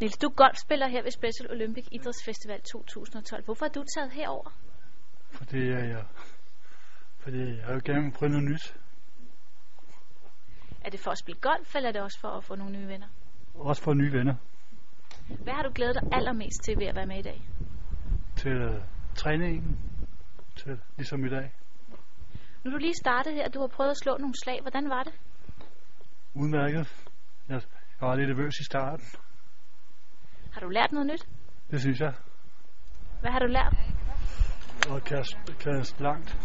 Niels, du er golfspiller her ved Special Olympic Idrætsfestival 2012. Hvorfor er du taget herover? Fordi jeg, jeg, fordi jeg vil gerne prøve noget nyt. Er det for at spille golf, eller er det også for at få nogle nye venner? Også for nye venner Hvad har du glædet dig allermest til ved at være med i dag? til øh, træningen. Til, ligesom i dag. Nu er du lige startet her, og du har prøvet at slå nogle slag. Hvordan var det? Udmærket. Jeg, jeg var lidt nervøs i starten. Har du lært noget nyt? Det synes jeg. Hvad har du lært? Og kast, kast langt.